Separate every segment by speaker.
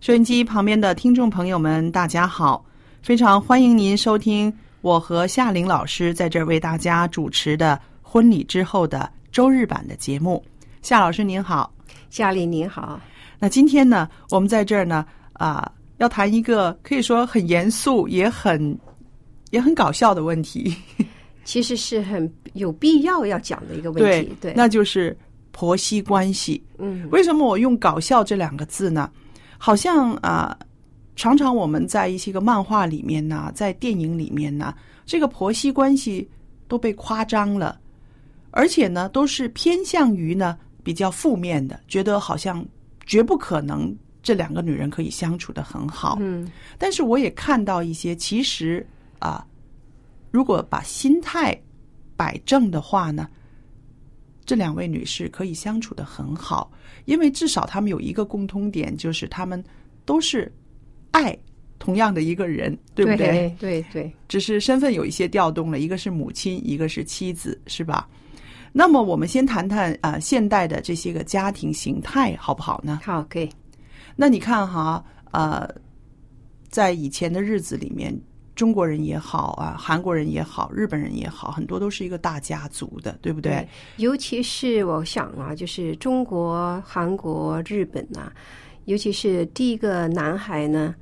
Speaker 1: 收音机旁边的听众朋友们，大家好！非常欢迎您收听我和夏玲老师在这儿为大家主持的婚礼之后的周日版的节目。夏老师您好，
Speaker 2: 夏琳您好，
Speaker 1: 那今天呢，我们在这儿呢，啊、要谈一个可以说很严肃，也很也很搞笑的问题。
Speaker 2: 其实是很有必要要讲的一个问
Speaker 1: 对
Speaker 2: 题。对，
Speaker 1: 那就是婆媳关系。
Speaker 2: 嗯
Speaker 1: 为什么我用“搞笑”这两个字呢？好像啊、常常我们在一些个漫画里面呢、在电影里面呢、这个婆媳关系都被夸张了，而且呢，都是偏向于呢比较负面的，觉得好像绝不可能这两个女人可以相处的很好。
Speaker 2: 嗯
Speaker 1: 但是我也看到一些，其实啊，如果把心态摆正的话呢，这两位女士可以相处的很好，因为至少她们有一个共通点，就是她们都是爱同样的一个人，对不对？
Speaker 2: 对对对
Speaker 1: 只是身份有一些调动了，一个是母亲，一个是妻子，是吧？那么我们先谈谈啊、呃现代的这些个家庭形态好不好呢？
Speaker 2: 好，可以。
Speaker 1: 那你看哈，呃，在以前的日子里面，中国人也好啊，韩国人也好，日本人也好，很多都是一个大家族的，对不对？
Speaker 2: 对尤其是我想啊，就是中国、韩国、日本呐、尤其是第一个男孩呢，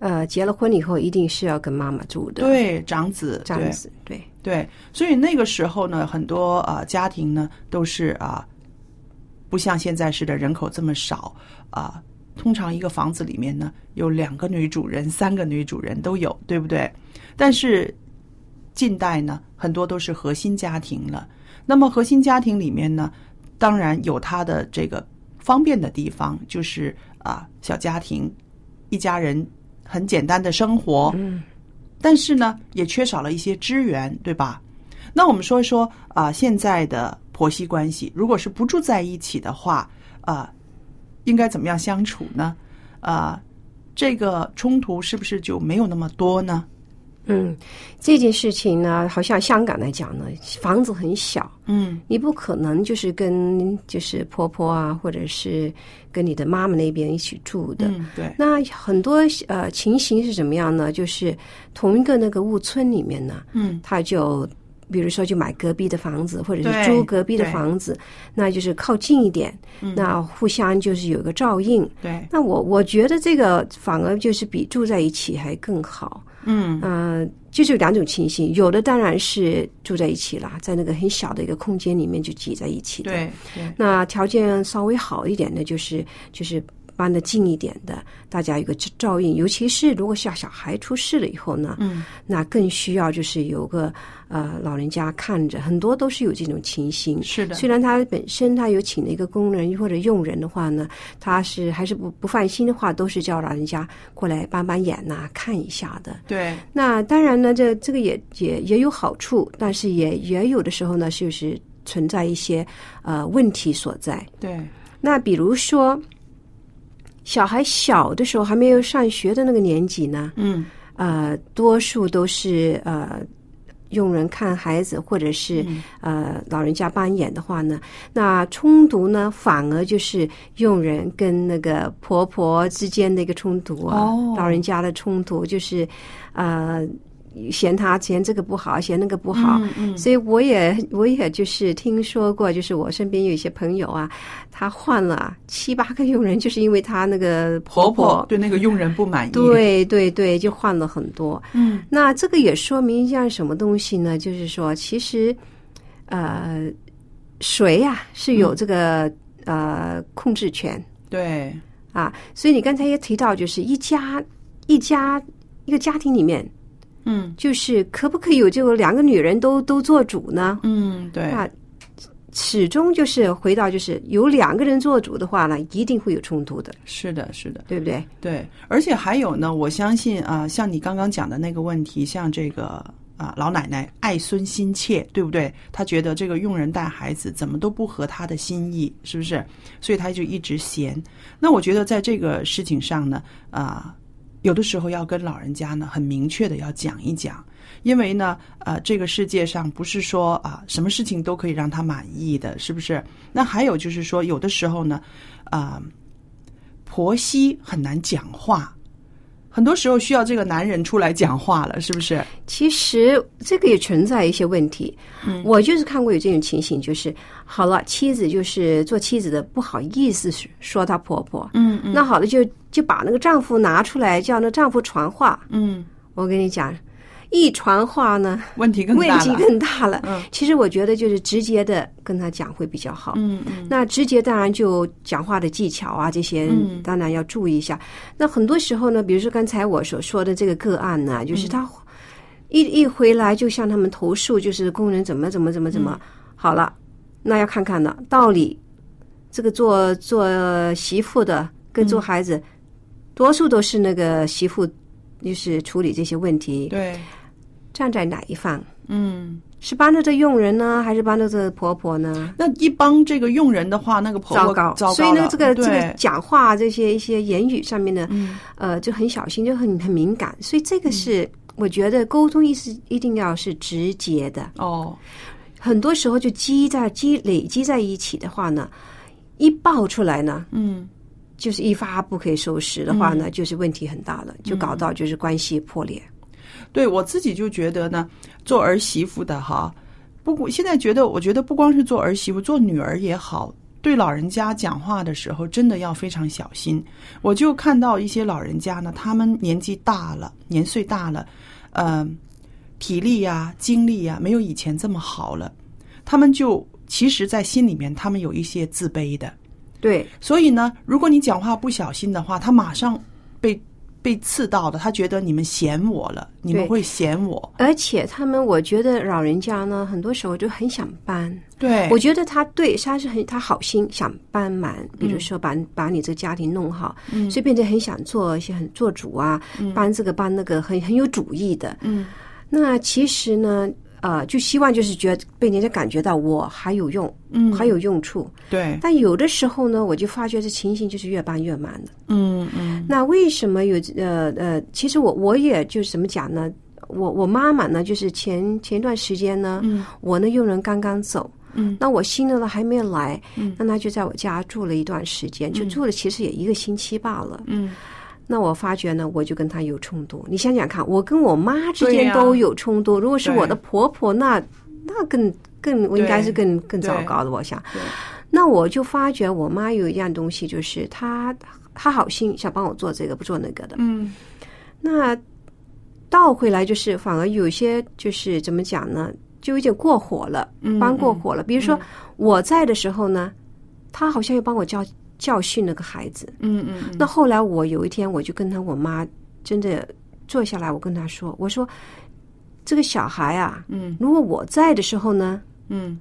Speaker 2: 呃，结了婚以后一定是要跟妈妈住的，，
Speaker 1: 对，长子，
Speaker 2: 这样子，对，
Speaker 1: 对对，所以那个时候呢，很多啊、呃家庭呢都是啊、不像现在似的人口这么少啊、通常一个房子里面呢有两个女主人、三个女主人都有，对不对？但是近代呢，很多都是核心家庭了。那么核心家庭里面呢，当然有它的这个方便的地方，就是啊，小家庭，一家人很简单的生活。
Speaker 2: 嗯。
Speaker 1: 但是呢，也缺少了一些支援，对吧？那我们说一说啊、现在的婆媳关系，如果是不住在一起的话，啊、应该怎么样相处呢？啊、这个冲突是不是就没有那么多呢？
Speaker 2: 嗯，这件事情呢，好像香港来讲呢，房子很小，
Speaker 1: 嗯，
Speaker 2: 你不可能就是跟就是婆婆啊，或者是跟你的妈妈那边一起住的，
Speaker 1: 嗯，对，
Speaker 2: 那很多呃情形是怎么样呢？就是同一个那个屋村里面呢，
Speaker 1: 嗯，
Speaker 2: 他就比如说就买隔壁的房子，或者
Speaker 1: 对
Speaker 2: 是租隔壁的
Speaker 1: 对嗯
Speaker 2: 房子，那就是靠近一点，那互相就是有一个照应。
Speaker 1: 对，
Speaker 2: 那我我觉得这个反而就是比住在一起还更好。
Speaker 1: 嗯，
Speaker 2: 嗯，就是有两种情形，有的当然是住在一起啦，在那个很小的一个空间里面就挤在一起的。
Speaker 1: 对，对，
Speaker 2: 那条件稍微好一点的，就是就是搬得近一点的，大家有个照照应。尤其是如果小小孩出事了以后呢，
Speaker 1: 嗯，
Speaker 2: 那更需要就是有个呃老人家看着，很多都是有这种情形。
Speaker 1: 是的，
Speaker 2: 虽然他本身他有请了一个工人或者佣人的话呢，他是还是不不放心的话，都是叫老人家过来帮帮眼呐、看一下的。
Speaker 1: 对，
Speaker 2: 那当然呢，这这个也也也有好处，但是也也有的时候呢，就是存在一些呃问题所在。
Speaker 1: 对，
Speaker 2: 那比如说，小孩小的时候还没有上学的那个年纪呢，
Speaker 1: 嗯
Speaker 2: 呃，多数都是呃佣人看孩子，或者是、呃老人家扮演的话呢，那冲突呢反而就是佣人跟那个婆婆之间的一个冲突啊，
Speaker 1: 哦
Speaker 2: 老人家的冲突就是呃嫌他嫌这个不好，嫌那个不好，
Speaker 1: 嗯嗯
Speaker 2: 所以我也我也就是听说过，就是我身边有一些朋友啊，他换了七八个佣人，就是因为他那个
Speaker 1: 婆
Speaker 2: 婆
Speaker 1: 对那个佣人不满意，，
Speaker 2: 对对对，就换了很多。
Speaker 1: 嗯
Speaker 2: 那这个也说明一样什么东西呢？就是说，其实，呃，谁呀、是有这个、呃控制权
Speaker 1: 对，
Speaker 2: 啊？所以你刚才也提到，就是一家一家一个家庭里面，
Speaker 1: 嗯
Speaker 2: 就是可不可以有这个两个女人都都做主呢？
Speaker 1: 嗯对，
Speaker 2: 啊始终就是回到，就是有两个人做主的话呢，一定会有冲突的，
Speaker 1: 是的，是的。
Speaker 2: 对不对？
Speaker 1: 对，而且还有呢，我相信啊、像你刚刚讲的那个问题，像这个啊、老奶奶爱孙心切，对不对？她觉得这个佣人带孩子怎么都不合她的心意，是不是？所以她就一直嫌。那我觉得在这个事情上呢，啊、有的时候要跟老人家呢很明确的要讲一讲，因为呢，呃，这个世界上不是说啊、什么事情都可以让他满意的，是不是？那还有就是说，有的时候呢，啊、婆媳很难讲话，很多时候需要这个男人出来讲话了，是不是？
Speaker 2: 其实这个也存在一些问题。
Speaker 1: 嗯
Speaker 2: 我就是看过有这种情形，就是好了，妻子就是做妻子的不好意思说她婆婆，
Speaker 1: 嗯嗯
Speaker 2: 那好了就就把那个丈夫拿出来，叫那丈夫传话。
Speaker 1: 嗯，
Speaker 2: 我跟你讲，一传话呢，
Speaker 1: 问题更
Speaker 2: 问
Speaker 1: 大
Speaker 2: 题
Speaker 1: 了。
Speaker 2: 更大了。
Speaker 1: 嗯
Speaker 2: 其实我觉得就是直接的跟他讲会比较好。
Speaker 1: 嗯嗯
Speaker 2: 那直接当然就讲话的技巧啊，这些
Speaker 1: 嗯
Speaker 2: 当然要注意一下。那很多时候呢，比如说刚才我所说的这个个案呢、就是他一一回来就向他们投诉，就是工人怎么怎么怎么怎么、
Speaker 1: 嗯
Speaker 2: 好了，那要看看了，到底这个做做媳妇的跟做孩
Speaker 1: 嗯
Speaker 2: 子，多数都是那个媳妇就是处理这些问题，
Speaker 1: 对，
Speaker 2: 站在哪一方？
Speaker 1: 嗯，
Speaker 2: 是帮着这佣人呢，还是帮着这婆婆呢？
Speaker 1: 那一帮这个佣人的话，那个婆
Speaker 2: 糟
Speaker 1: 婆
Speaker 2: 糕，
Speaker 1: 糟糕
Speaker 2: 所以呢
Speaker 1: 了，嗯
Speaker 2: 这个这个
Speaker 1: 对
Speaker 2: 讲话这些一些言语上面呢，
Speaker 1: 嗯
Speaker 2: 呃，就很小心，就很很敏感，所以这个是、我觉得沟通意识一定要是直接的，
Speaker 1: 哦，
Speaker 2: 很多时候就积在积累积在一起的话呢，一爆出来呢，
Speaker 1: 嗯
Speaker 2: 就是一发不可以收拾的话呢，就是问题很大
Speaker 1: 嗯
Speaker 2: 了，就搞到就是关系破裂。
Speaker 1: 对我自己就觉得呢，做儿媳妇的哈，不过现在觉得，我觉得不光是做儿媳妇，做女儿也好，对老人家讲话的时候真的要非常小心。我就看到一些老人家呢，他们年纪大了，年岁大了，呃，体力呀、精力呀、没有以前这么好了，他们就其实，在心里面他们有一些自卑的。
Speaker 2: 对，
Speaker 1: 所以呢，如果你讲话不小心的话，他马上被被刺到的，他觉得你们嫌我了，你们
Speaker 2: 对
Speaker 1: 会嫌我。
Speaker 2: 而且他们我觉得老人家呢，很多时候就很想帮。
Speaker 1: 对
Speaker 2: 我觉得他对他是很他好心想帮忙，比
Speaker 1: 嗯
Speaker 2: 如说把、把你这个家庭弄好，所以变得很想做一些很做主啊，帮这个帮那个很很有主意的。
Speaker 1: 嗯，
Speaker 2: 那其实呢，呃，就希望就是觉得被人家感觉到我还有用，
Speaker 1: 嗯
Speaker 2: 还有用处。
Speaker 1: 对，
Speaker 2: 但有的时候呢，我就发觉这情形就是越帮越忙的。
Speaker 1: 嗯嗯
Speaker 2: 那为什么有呃呃？其实我我也就是怎么讲呢？我我妈妈呢，就是前前一段时间呢，
Speaker 1: 嗯
Speaker 2: 我呢佣人刚刚走，
Speaker 1: 嗯
Speaker 2: 那我新的呢还没有来，
Speaker 1: 嗯
Speaker 2: 那他就在我家住了一段时间，就住了其实也一个星期罢了。
Speaker 1: 嗯，
Speaker 2: 那我发觉呢，我就跟他有冲突。你想想看，我跟我妈之
Speaker 1: 对
Speaker 2: 间
Speaker 1: 呀
Speaker 2: 都有冲突，如果是
Speaker 1: 对
Speaker 2: 我的婆婆，那那更更我应该是更更
Speaker 1: 对
Speaker 2: 糟糕了，我想
Speaker 1: 对。
Speaker 2: 那我就发觉我妈有一样东西，就是她她好心想帮我做这个不做那个的，
Speaker 1: 嗯
Speaker 2: 那倒回来就是反而有些就是怎么讲呢，就有点过火了，
Speaker 1: 嗯
Speaker 2: 帮过火了。比如说我在的时候呢，他好像又帮我教教训那个孩子。
Speaker 1: 嗯嗯，
Speaker 2: 那后来我有一天我就跟他我妈真的坐下来，我跟他说，我说这个小孩啊，
Speaker 1: 嗯
Speaker 2: 如果我在的时候呢，
Speaker 1: 嗯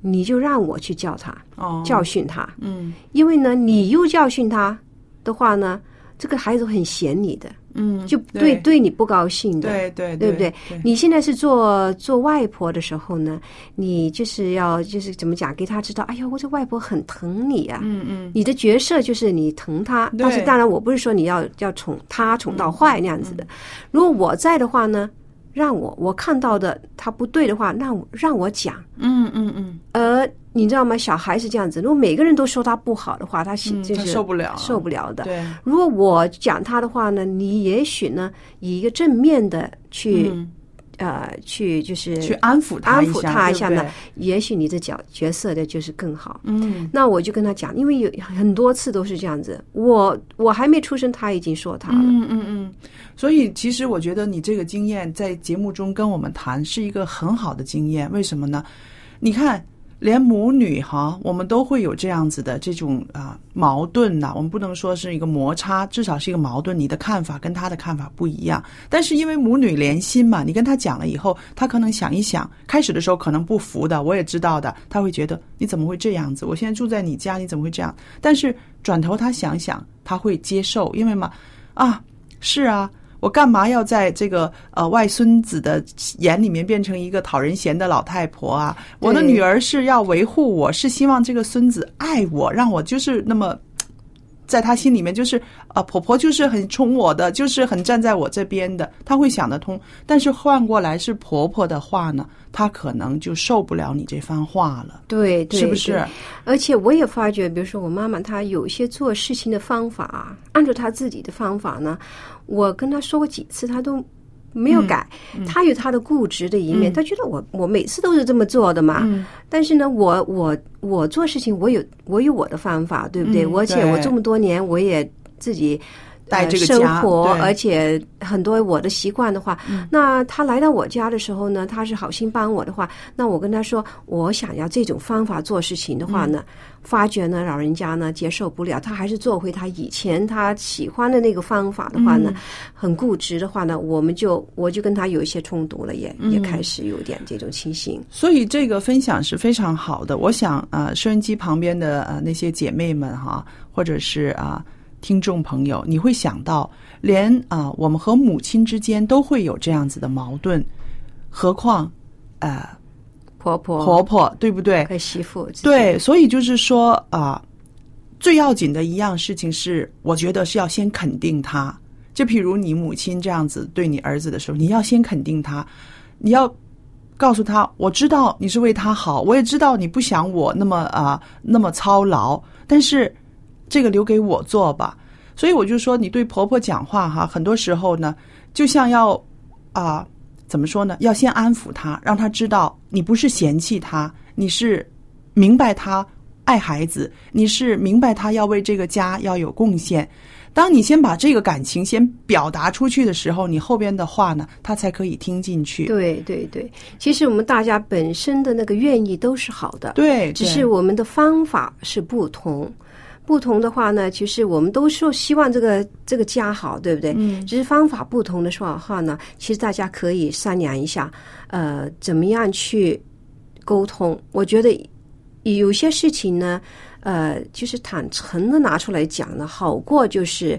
Speaker 2: 你就让我去教他
Speaker 1: 哦，
Speaker 2: 教训他，
Speaker 1: 嗯
Speaker 2: 因为呢，你又教训他的话呢，这个孩子很嫌你的，
Speaker 1: 嗯，
Speaker 2: 就
Speaker 1: 对
Speaker 2: 对对你不高兴的，
Speaker 1: 对对
Speaker 2: 对
Speaker 1: 对
Speaker 2: 不对？你现在是做做外婆的时候呢，你就是要就是怎么讲，给他知道，哎呀，我这外婆很疼你啊。
Speaker 1: 嗯嗯
Speaker 2: 你的角色就是你疼他，
Speaker 1: 对嗯
Speaker 2: 但是当然我不是说你要要宠他宠到坏那样子的。如果我在的话呢，让我我看到的他不对的话，让我让我讲。
Speaker 1: 嗯嗯嗯，
Speaker 2: 而你知道吗？小孩是这样子，如果每个人都说他不好的话，他心
Speaker 1: 嗯
Speaker 2: 就
Speaker 1: 他
Speaker 2: 是
Speaker 1: 受不了
Speaker 2: 受不了的。
Speaker 1: 对，
Speaker 2: 如果我讲他的话呢，你也许呢以一个正面的去、
Speaker 1: 嗯
Speaker 2: 呃去就是
Speaker 1: 去安抚他
Speaker 2: 安
Speaker 1: 一
Speaker 2: 抚
Speaker 1: 下
Speaker 2: 他一下
Speaker 1: 对
Speaker 2: 呢
Speaker 1: 不对，
Speaker 2: 也许你的角角色的就是更好。
Speaker 1: 嗯
Speaker 2: 那我就跟他讲，因为有很多次都是这样子，我我还没出生，他已经说他了。
Speaker 1: 嗯嗯嗯，所以其实我觉得你这个经验在节目中跟我们谈是一个很好的经验，为什么呢？你看，连母女哈，我们都会有这样子的这种啊、矛盾呐、我们不能说是一个摩擦，至少是一个矛盾。你的看法跟他的看法不一样，但是因为母女连心嘛，你跟他讲了以后，他可能想一想，开始的时候可能不服的，我也知道的，他会觉得你怎么会这样子？我现在住在你家，你怎么会这样？但是转头他想想，他会接受，因为嘛，啊，是啊，我干嘛要在这个呃外孙子的眼里面变成一个讨人嫌的老太婆啊？我的
Speaker 2: 对
Speaker 1: 女儿是要维护我，是希望这个孙子爱我，让我就是那么。在她心里面就是啊，婆婆就是很宠我的，就是很站在我这边的，她会想得通。但是换过来是婆婆的话呢，她可能就受不了你这番话了，
Speaker 2: 对，对
Speaker 1: 是不是
Speaker 2: 对？而且我也发觉，比如说我妈妈，她有一些做事情的方法啊，按照她自己的方法呢，我跟她说过几次，她都没
Speaker 1: 嗯
Speaker 2: 有改。她有她的固执的一面，她觉得我我每次都是这么做的嘛。
Speaker 1: 嗯
Speaker 2: 但是呢，我我我做事情，我有我有我的方法，对不对？
Speaker 1: 嗯
Speaker 2: 而且我
Speaker 1: 对
Speaker 2: 这么多年，我也自己。
Speaker 1: 带
Speaker 2: 呃
Speaker 1: 这个
Speaker 2: 生
Speaker 1: 家
Speaker 2: 活，
Speaker 1: 对嗯
Speaker 2: 而且很多我的习惯的话，那他来到我家的时候呢，他是好心帮我的话，那我跟他说我想要这种方法做事情的话
Speaker 1: 嗯
Speaker 2: 呢，发觉呢老人家呢接受不了，他还是做回他以前他喜欢的那个方法的话呢，
Speaker 1: 嗯
Speaker 2: 很固执的话呢，我们就我就跟他有一些冲突了，也、也开始有点这种情形。
Speaker 1: 所以这个分享是非常好的。我想啊、呃收音机旁边的呃那些姐妹们哈、或者是啊、听众朋友，你会想到，连啊、我们和母亲之间都会有这样子的矛盾，何况呃
Speaker 2: 婆婆、
Speaker 1: 婆婆对不对？
Speaker 2: 和媳妇之间，
Speaker 1: 对，所以就是说啊、最要紧的一样事情是，我觉得是要先肯定他。就譬如你母亲这样子对你儿子的时候，你要先肯定他，你要告诉他，我知道你是为他好，我也知道你不想我那么啊、那么操劳，但是这个留给我做吧。所以我就说，你对婆婆讲话哈，很多时候呢，就像要啊、怎么说呢？要先安抚她，让她知道你不是嫌弃她，你是明白她爱孩子，你是明白她要为这个家要有贡献。当你先把这个感情先表达出去的时候，你后边的话呢，她才可以听进去。
Speaker 2: 对对对，其实我们大家本身的那个愿意都是好的，
Speaker 1: 对，
Speaker 2: 只
Speaker 1: 对
Speaker 2: 是我们的方法是不同。不同的话呢，其实我们都说希望这个这个家好，对不对？嗯。只是方法不同的说话呢，其实大家可以商量一下，呃，怎么样去沟通？我觉得有些事情呢，呃，就是坦诚的拿出来讲呢，好过就是。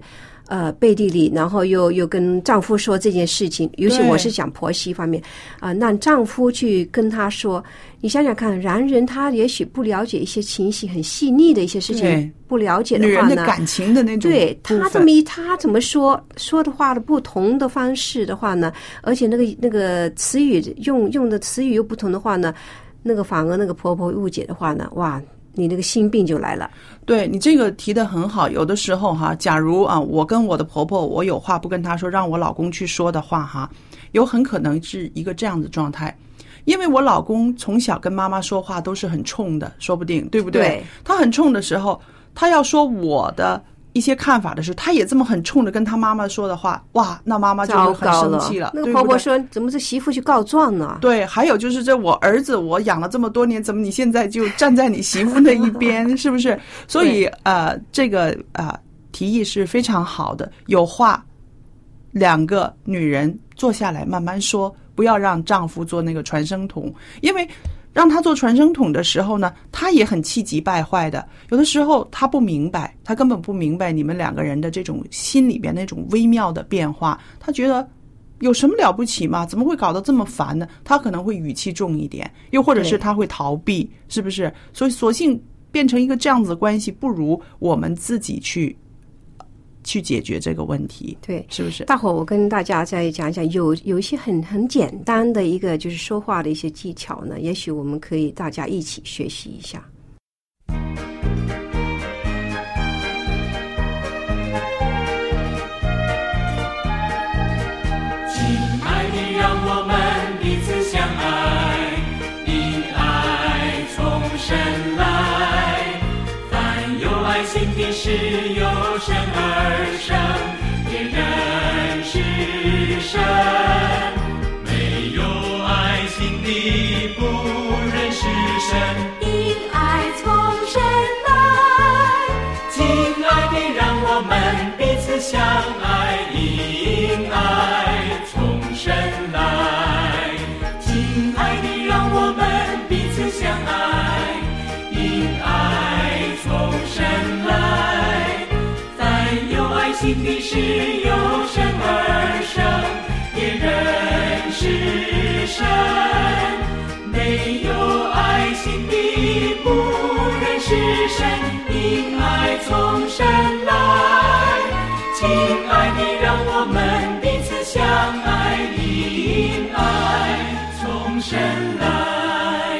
Speaker 2: 呃，背地里，然后又又跟丈夫说这件事情，尤其
Speaker 1: 对
Speaker 2: 我是讲婆媳方面，啊、让丈夫去跟她说，你想想看，男人他也许不了解一些情形很细腻的一些事
Speaker 1: 对
Speaker 2: 情，不了解
Speaker 1: 女
Speaker 2: 话
Speaker 1: 人的
Speaker 2: 呢，
Speaker 1: 感情的那种
Speaker 2: 对
Speaker 1: 部
Speaker 2: 他这
Speaker 1: 分
Speaker 2: 么一他怎么说说的话的不同的方式的话呢，而且那个那个词语用用的词语又不同的话呢，那个反而那个婆婆误解的话呢，哇，你那个心病就来了。
Speaker 1: 对你这个提的很好，有的时候哈，假如啊，我跟我的婆婆，我有话不跟她说，让我老公去说的话哈，有很可能是一个这样的状态，因为我老公从小跟妈妈说话都是很冲的，说不定对不
Speaker 2: 对
Speaker 1: 他很冲的时候，他要说我的一些看法的时候，他也这么很冲的跟他妈妈说的话，哇，那妈妈就
Speaker 2: 糟
Speaker 1: 会很
Speaker 2: 糕
Speaker 1: 生气了，
Speaker 2: 那个
Speaker 1: 对
Speaker 2: 婆
Speaker 1: 不
Speaker 2: 婆
Speaker 1: 对
Speaker 2: 说：“怎么这媳妇去告状呢
Speaker 1: 对，还有就是这我儿子，我养了这么多年，怎么你现在就站在你媳妇那一边，是不是？所以呃，这个呃提议是非常好的，有话两个女人坐下来慢慢说，不要让丈夫做那个传声筒，因为让他做传声筒的时候呢，他也很气急败坏的。有的时候他不明白，他根本不明白你们两个人的这种心里边那种微妙的变化。他觉得有什么了不起嘛？怎么会搞得这么烦呢？他可能会语气重一点，又或者是
Speaker 2: 对
Speaker 1: 他会逃避，是不是？所以，索性变成一个这样子的关系，不如我们自己去去解决这个问题，
Speaker 2: 对，
Speaker 1: 是不是？
Speaker 2: 大伙儿，我跟大家再讲讲，有有一些很很简单的一个就是说话的一些技巧呢，也许我们可以大家一起学习一下。
Speaker 3: 亲爱的，让我们彼此相爱，因爱从神来。凡有爱心的事，由神而生，也人是神。没有爱心的，不认识神。
Speaker 4: 因爱从神来，
Speaker 3: 亲爱的，让我们彼此相爱，因爱从神来。亲爱的，让我们彼此相爱，因爱从神来。凡有爱心的事，由神而生，也认识神。没有爱心的，不认识神，因爱从神来。亲爱的，让我们彼此相爱，因爱从神来。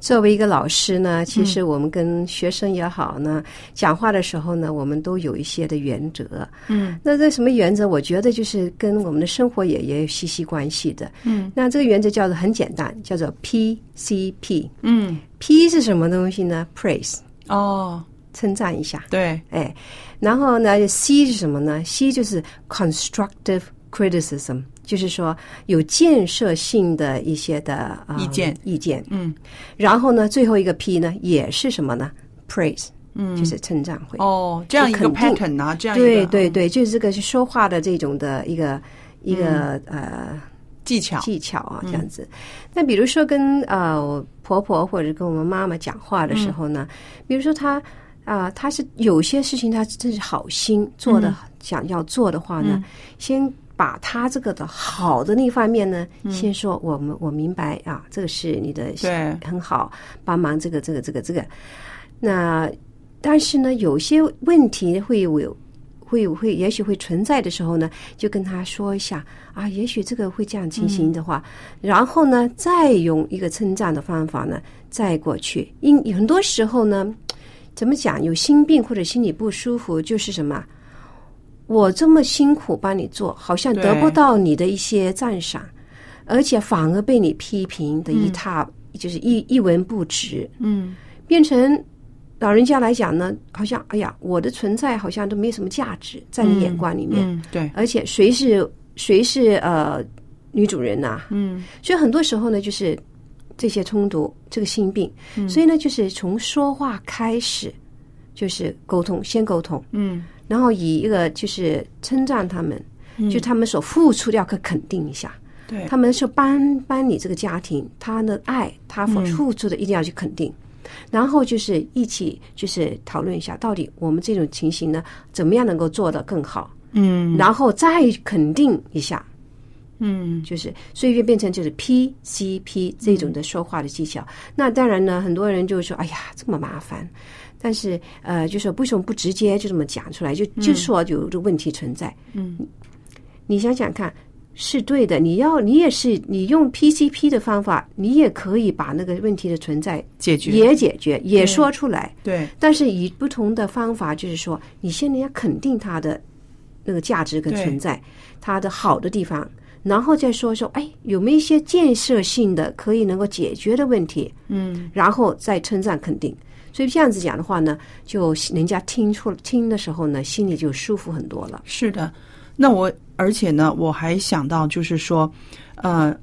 Speaker 2: 作为一个老师呢，其实我们跟学生也好呢，讲话的时候呢，我们都有一些的原则。嗯，那这什么原则？我觉得就是跟我们的生活也也有息息关系的。嗯，那这个原则叫做很简单，叫做 PCP。
Speaker 1: 嗯，
Speaker 2: P 是什么东西呢？Praise，
Speaker 1: 哦，
Speaker 2: 称赞一下。
Speaker 1: 对，
Speaker 2: 哎，然后呢，C 是什么呢？C 就是 constructive criticism，就是说有建设性的一些的、呃、
Speaker 1: 意见
Speaker 2: 意见。
Speaker 1: 嗯，
Speaker 2: 然后呢，最后一个 P 呢，也是什么呢？praise，嗯，就是称赞会。
Speaker 1: 哦，这样一个
Speaker 2: 就肯
Speaker 1: pattern 啊，这样一个
Speaker 2: 对对
Speaker 1: 嗯
Speaker 2: 对，就是这个是说话的这种的一个一个、
Speaker 1: 嗯
Speaker 2: 呃
Speaker 1: 技巧，
Speaker 2: 技巧啊，这样子。那比如说跟呃我婆婆或者跟我们妈妈讲话的时候呢，比如说她啊、她是有些事情她真是好心做的，想要做的话呢，先。把她这个的好的那一方面呢，先说我们我明白啊，这个是你的
Speaker 1: 对
Speaker 2: 很好，帮忙这个这个这个这个。那但是呢，有些问题会有会会也许会存在的时候呢，就跟他说一下啊，也许这个会这样情形的话，然后呢，再用一个称赞的方法呢，再过去。因很多时候呢，怎么讲，有心病或者心里不舒服，就是什么。我这么辛苦帮你做，好像得
Speaker 1: 对
Speaker 2: 不到你的一些赞赏，而且反而被你批评的一塌，就是一一文不值。
Speaker 1: 嗯，
Speaker 2: 变成老人家来讲呢，好像哎呀，我的存在好像都没有什么价值，在你眼光里面，
Speaker 1: 嗯，对，
Speaker 2: 而且谁是谁是呃女主人呐、嗯，所以很多时候呢，就是这些冲突，这个心病，所以呢，就是从说话开始，就是沟通，先沟通，
Speaker 1: 嗯，
Speaker 2: 然后以一个就是称赞他们，就他们所付出的要可肯定一下。
Speaker 1: 对，
Speaker 2: 他们是帮帮你这个家庭，他的爱，他所付出的一定要去肯定，然后就是一起就是讨论一下，到底我们这种情形呢，怎么样能够做得更好，
Speaker 1: 嗯
Speaker 2: 然后再肯定一下，
Speaker 1: 嗯。
Speaker 2: 就是所以就变成就是 PCP 这种的说话的技巧。
Speaker 1: 嗯
Speaker 2: 那当然呢，很多人就说，哎呀，这么麻烦。但是，呃，就说为什么不直接就这么讲出
Speaker 1: 嗯
Speaker 2: 来？就就说有这个问题存在。嗯，你想想看，是对的。你要你也是，你用 PCP 的方法，你也可以把那个问题的存在
Speaker 1: 解决
Speaker 2: 也解决，也说出来。
Speaker 1: 对，
Speaker 2: 但是以不同的方法，就是说，你先你要肯定它的那个价值跟
Speaker 1: 对
Speaker 2: 存在，它的好的地方，然后再说说，哎，有没有一些建设性的可以能够解决的问题？嗯，然后再称赞肯定。所以这样子讲的话呢，就人家听出听的时候呢，心里就舒服很多了。
Speaker 1: 是的。那我而且呢，我还想到就是说，呃，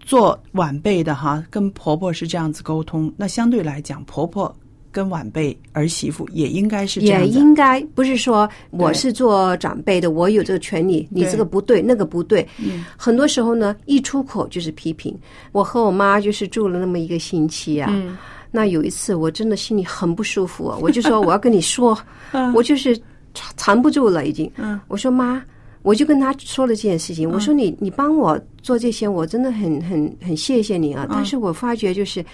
Speaker 1: 做晚辈的哈，跟婆婆是这样子沟通，那相对来讲，婆婆跟晚辈儿媳妇也应该是这样
Speaker 2: 也
Speaker 1: 子。
Speaker 2: 应该不是说我
Speaker 1: 对
Speaker 2: 是做长辈的，我有这个权利，你
Speaker 1: 对嗯
Speaker 2: 这个不对，那个不对。很多时候呢，一出口就是批评。我和我妈就是住了那么一个星期啊。
Speaker 1: 嗯
Speaker 2: 那有一次我真的心里很不舒服、啊我就说我要跟 你说，
Speaker 1: 嗯
Speaker 2: 我就是藏藏不住了已经。我说妈。我就跟她说了这件事情，我说你你帮我做这些，我真的很很很谢谢你啊！但是我发觉就是，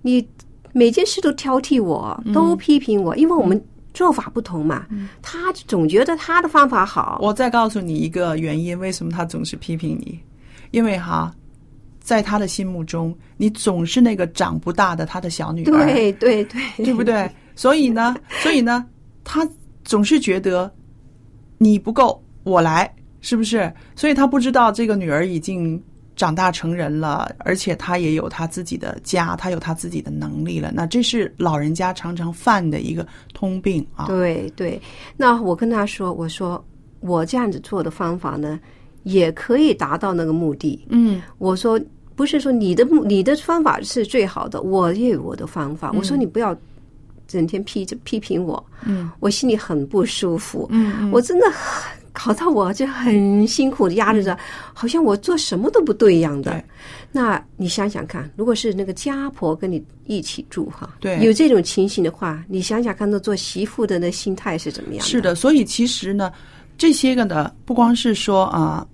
Speaker 2: 你每件事都挑剔我，都批评我，因为我们做法不同嘛。他总觉得他的方法好，
Speaker 1: 我再告诉你一个原因，为什么他总是批评你？因为哈，在他的心目中，你总是那个长不大的他的小女儿。
Speaker 2: 对 对对，
Speaker 1: 对不对？所以 呢，所以呢，他总是觉得你不够，我来，是不是？所以他不知道这个女儿已经长大成人了，而且她也有她自己的家，她有她自己的能力了。那这是老人家常常犯的一个通病啊。
Speaker 2: 对对，那我跟他说，我说我这样子做的方法呢，也可以达到那个目的。
Speaker 1: 嗯，
Speaker 2: 我说不是说你的目你的方法是最好的，我也有我的方法。
Speaker 1: 嗯
Speaker 2: 我说你不要整天批批评我，嗯，我心里很不舒服，嗯，我真的很搞到我就很辛苦的压着着，好像我做什么都不对一样的
Speaker 1: 嗯对。
Speaker 2: 那你想想看，如果是那个家婆跟你一起住哈，
Speaker 1: 对
Speaker 2: 有这种情形的话，你想想看，那做媳妇的那心态是怎么样
Speaker 1: 是的，所以其实呢，这些个呢，不光是说啊、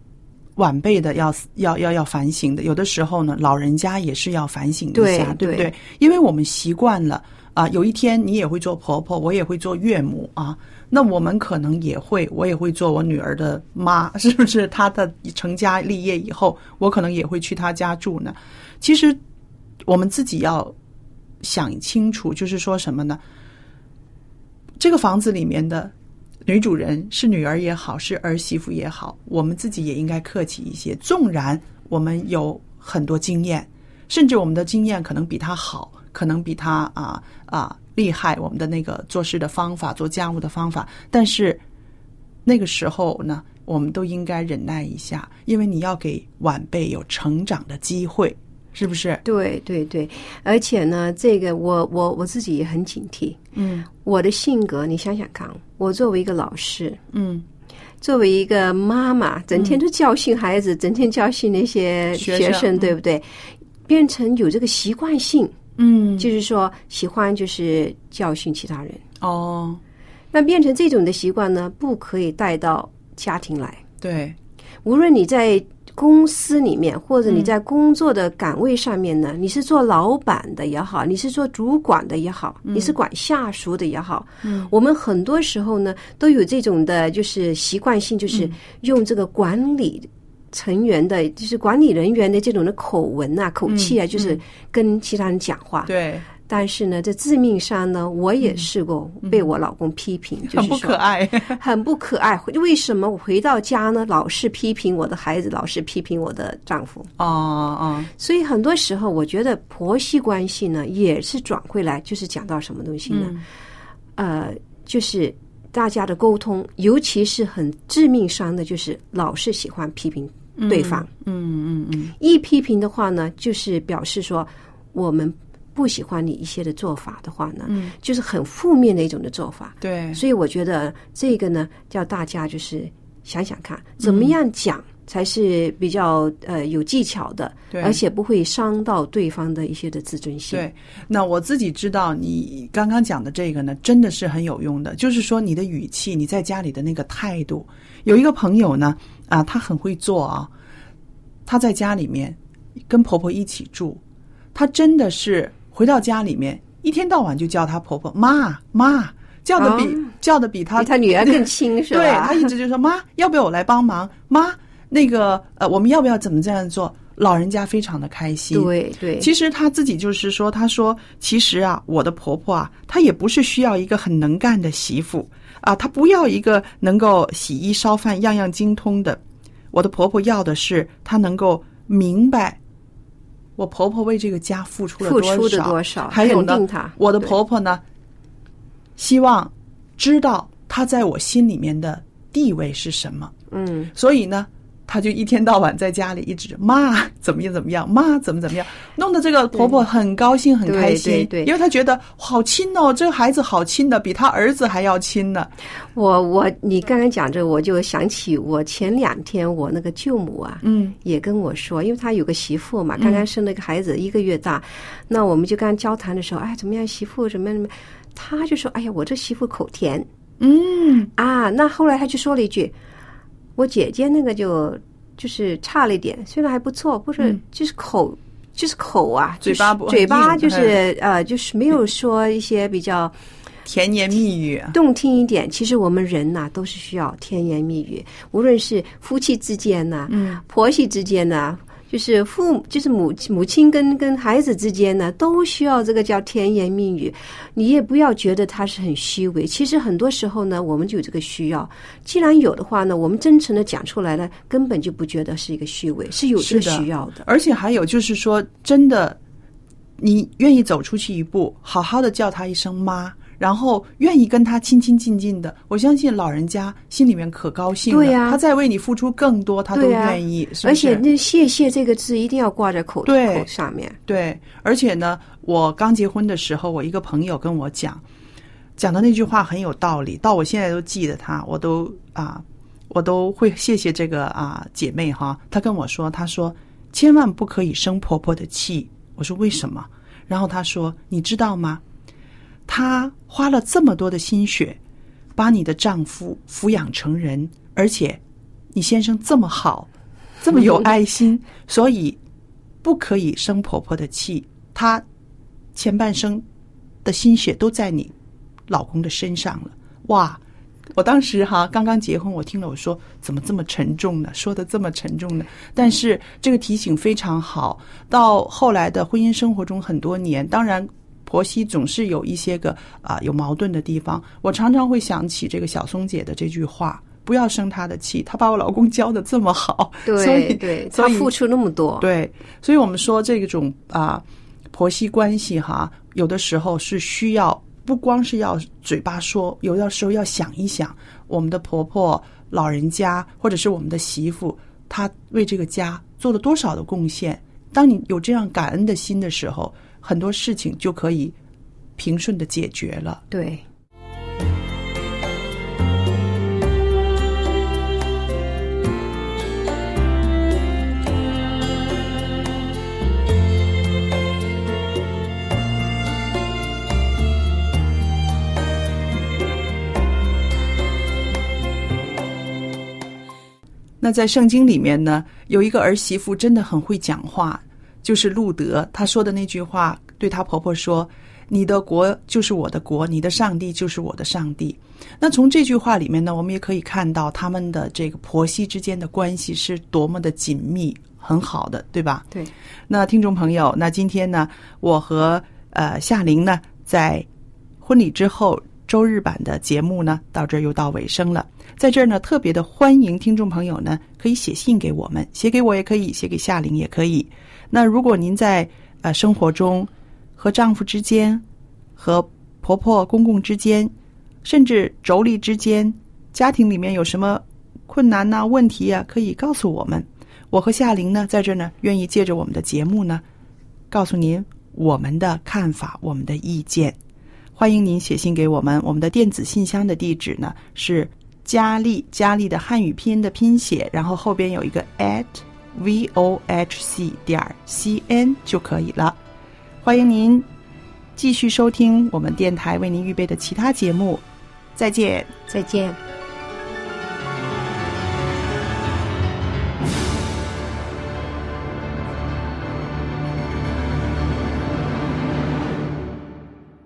Speaker 1: 晚辈的要要要要反省的，有的时候呢，老人家也是要反省一
Speaker 2: 对
Speaker 1: 下，对不
Speaker 2: 对
Speaker 1: 对？因为我们习惯了啊、有一天你也会做婆婆，我也会做岳母啊。那我们可能也会，我也会做我女儿的妈， 是不是？她的成家立业以后，我可能也会去她家住呢。其实我们自己要想清楚，就是说什么呢？这个房子里面的女主人是女儿也好，是儿媳妇也好，我们自己也应该客气一些。纵然我们有很多经验，甚至我们的经验可能比她好，可能比她啊啊厉害，我们的那个做事的方法、做家务的方法，但是那个时候呢，我们都应该忍耐一下，因为你要给晚辈有成长的机会，是不是？
Speaker 2: 对对对，而且呢，这个我我我自己也很警惕。嗯，我的性格，你想想看，我作为一个老师，
Speaker 1: 嗯，
Speaker 2: 作为一个妈妈，整天都教训孩子，整天教训那些
Speaker 1: 学
Speaker 2: 学
Speaker 1: 生
Speaker 2: 生，
Speaker 1: 嗯
Speaker 2: 对不对？变成有这个习惯性，
Speaker 1: 嗯，
Speaker 2: 就是说喜欢就是教训其他人。
Speaker 1: 哦，
Speaker 2: 那变成这种的习惯呢，不可以带到家庭来。
Speaker 1: 对，
Speaker 2: 无论你在公司里面，或者你
Speaker 1: 嗯
Speaker 2: 在工作的岗位上面呢，你是做老板的也好，你是做主管的也好，
Speaker 1: 嗯
Speaker 2: 你是管下属的也好，嗯，我们很多时候呢都有这种的，就是习惯性，
Speaker 1: 嗯
Speaker 2: 就是用这个管理。成员的，就是管理人员的这种的口吻啊、口气啊，就是跟其他人讲话。
Speaker 1: 嗯对，嗯
Speaker 2: 但是呢，在致命上呢，我也试过被我老公批评，就是
Speaker 1: 很不
Speaker 2: 说
Speaker 1: 可爱。
Speaker 2: 很不可爱。回为什么我回到家呢，老是批评我的孩子，老是批评我的丈夫？
Speaker 1: 哦哦，
Speaker 2: 所以很多时候，我觉得婆媳关系呢，也是转回来，就是讲到什么东西呢？呃，就是大家的沟通，尤其是很致命伤的，就是老是喜欢批评对方。嗯嗯嗯，一批评的话呢，就是表示说我们不喜欢你一些的做法的话呢，嗯、就是很负面的一种的做法。
Speaker 1: 对，
Speaker 2: 所以我觉得这个呢，叫大家就是想想看，
Speaker 1: 嗯
Speaker 2: 怎么样讲才是比较呃有技巧的，
Speaker 1: 对
Speaker 2: 而且不会伤到对方的一些的自尊心。
Speaker 1: 对，那我自己知道你刚刚讲的这个呢，真的是很有用的。就是说，你的语气，你在家里的那个态度。有一个朋友呢，啊，她很会做啊，她在家里面跟婆婆一起住，她真的是回到家里面，一天到晚就叫她婆婆妈妈，叫的比、
Speaker 2: 哦
Speaker 1: 叫的比她
Speaker 2: 比他女儿更亲是
Speaker 1: 对
Speaker 2: 吧
Speaker 1: 他？一直就说妈，要不要我来帮忙？妈，那个呃，我们要不要怎么这样做？老人家非常的开心。
Speaker 2: 对对
Speaker 1: 其实她自己就是说，她说其实啊，我的婆婆啊，她也不是需要一个很能干的媳妇啊，她不要一个能够洗衣烧饭样样精通的。我的婆婆要的是她能够明白。我婆婆为这个家付出了
Speaker 2: 付
Speaker 1: 多少？
Speaker 2: 出的多少
Speaker 1: 还有呢
Speaker 2: 肯定她，
Speaker 1: 我的
Speaker 2: 对
Speaker 1: 婆婆呢，希望知道她在我心里面的地位是什么。
Speaker 2: 嗯，
Speaker 1: 所以呢，她就一天到晚在家里一直骂 怎么样怎么样，骂怎么怎么样，弄得这个婆婆很高兴很开心，
Speaker 2: 对对对
Speaker 1: 因为她觉得好亲哦，这个孩子好亲的，比她儿子还要亲呢。
Speaker 2: 我我你刚刚讲这，我就想起我前两天我那个舅母啊，
Speaker 1: 嗯
Speaker 2: 也跟我说，因为她有个媳妇嘛，刚刚生了个孩子，一个月大，那我们就刚交谈的时候，哎，怎么样，媳妇怎么样怎么样，她就说，哎呀，我这媳妇口甜
Speaker 1: 嗯
Speaker 2: 啊。那后来她就说了一句，我姐姐那个就就是差了一点，虽然还不错，不是、就是口。就是口
Speaker 1: 嗯
Speaker 2: 啊，
Speaker 1: 嘴巴不
Speaker 2: 就是嘴巴
Speaker 1: 硬哎
Speaker 2: 就是呃，就是没有说一些比较
Speaker 1: 甜言蜜语，
Speaker 2: 动听一点，其实我们人呐、都是需要甜言蜜语，无论是夫妻之间呐、
Speaker 1: 嗯，
Speaker 2: 婆媳之间呐、就是父母，就是母母亲跟跟孩子之间呢，都需要这个叫甜言蜜语。你也不要觉得它是很虚伪，其实很多时候呢，我们就有这个需要。既然有的话呢，我们真诚的讲出来呢，根本就不觉得是一个虚伪，是有这个
Speaker 1: 是的
Speaker 2: 需要的。
Speaker 1: 而且还有就是说，真的，你愿意走出去一步，好好的叫她一声妈。然后愿意跟她亲亲近近的，我相信老人家心里面可高兴了。
Speaker 2: 对呀
Speaker 1: 他再为你付出更多，他都
Speaker 2: 对呀
Speaker 1: 愿意。是不
Speaker 2: 而且
Speaker 1: 是
Speaker 2: 那“谢谢”这个字一定要挂在口
Speaker 1: 对
Speaker 2: 口上面。
Speaker 1: 对，而且呢，我刚结婚的时候，我一个朋友跟我讲，讲的那句话很有道理，到我现在都记得他，我都啊，我都会谢谢这个啊姐妹哈。她跟我说，她说千万不可以生婆婆的气。我说为什么？然后她说，你知道吗？她花了这么多的心血，把你的丈夫抚养成人，而且你先生这么好，这么
Speaker 2: 嗯
Speaker 1: 有爱心，所以不可以生婆婆的气。她前半生的心血都在你老公的身上了。哇！我当时哈刚刚结婚，我听了我说怎么这么沉重呢？说的这么沉重呢？但是这个提醒非常好。到后来的婚姻生活中很多年，当然婆媳总是有一些个啊、有矛盾的地方。我常常会想起这个小松姐的这句话：不要生她的气，她把我老公教的这么好，所
Speaker 2: 对
Speaker 1: 以
Speaker 2: 对，
Speaker 1: 所
Speaker 2: 他
Speaker 1: 以
Speaker 2: 付出那么多，
Speaker 1: 对，所以我们说这种啊、婆媳关系哈，有的时候是需要不光是要嘴巴说，有的时候要想一想，我们的婆婆、老人家或者是我们的媳妇，她为这个家做了多少的贡献。当你有这样感恩的心的时候，很多事情就可以平顺的解决了。
Speaker 2: 对
Speaker 1: 那在圣经里面呢，有一个儿媳妇真的很会讲话，就是路德，她说的那句话，对她婆婆说：“你的国就是我的国，你的上帝就是我的上帝。”那从这句话里面呢，我们也可以看到他们的这个婆媳之间的关系是多么的紧密，很好的，对吧？
Speaker 2: 对。
Speaker 1: 那听众朋友，那今天呢，我和呃夏琳呢，在婚礼之后周日版的节目呢，到这儿又到尾声了。在这儿呢，特别的欢迎听众朋友呢，可以写信给我们，写给我也可以，写给夏琳也可以。那如果您在呃生活中和丈夫之间、和婆婆公公之间，甚至妯娌之间，家庭里面有什么困难呐、问题呀、啊可以告诉我们。我和夏琳呢，在这儿呢，愿意借着我们的节目呢，告诉您我们的看法、我们的意见。欢迎您写信给我们，我们的电子信箱的地址呢是佳丽，佳丽的汉语拼音的拼写，然后后边有一个 at v o h c 点 c n 就可以了。欢迎您继续收听我们电台为您预备的其他节目，再见。
Speaker 2: 再见。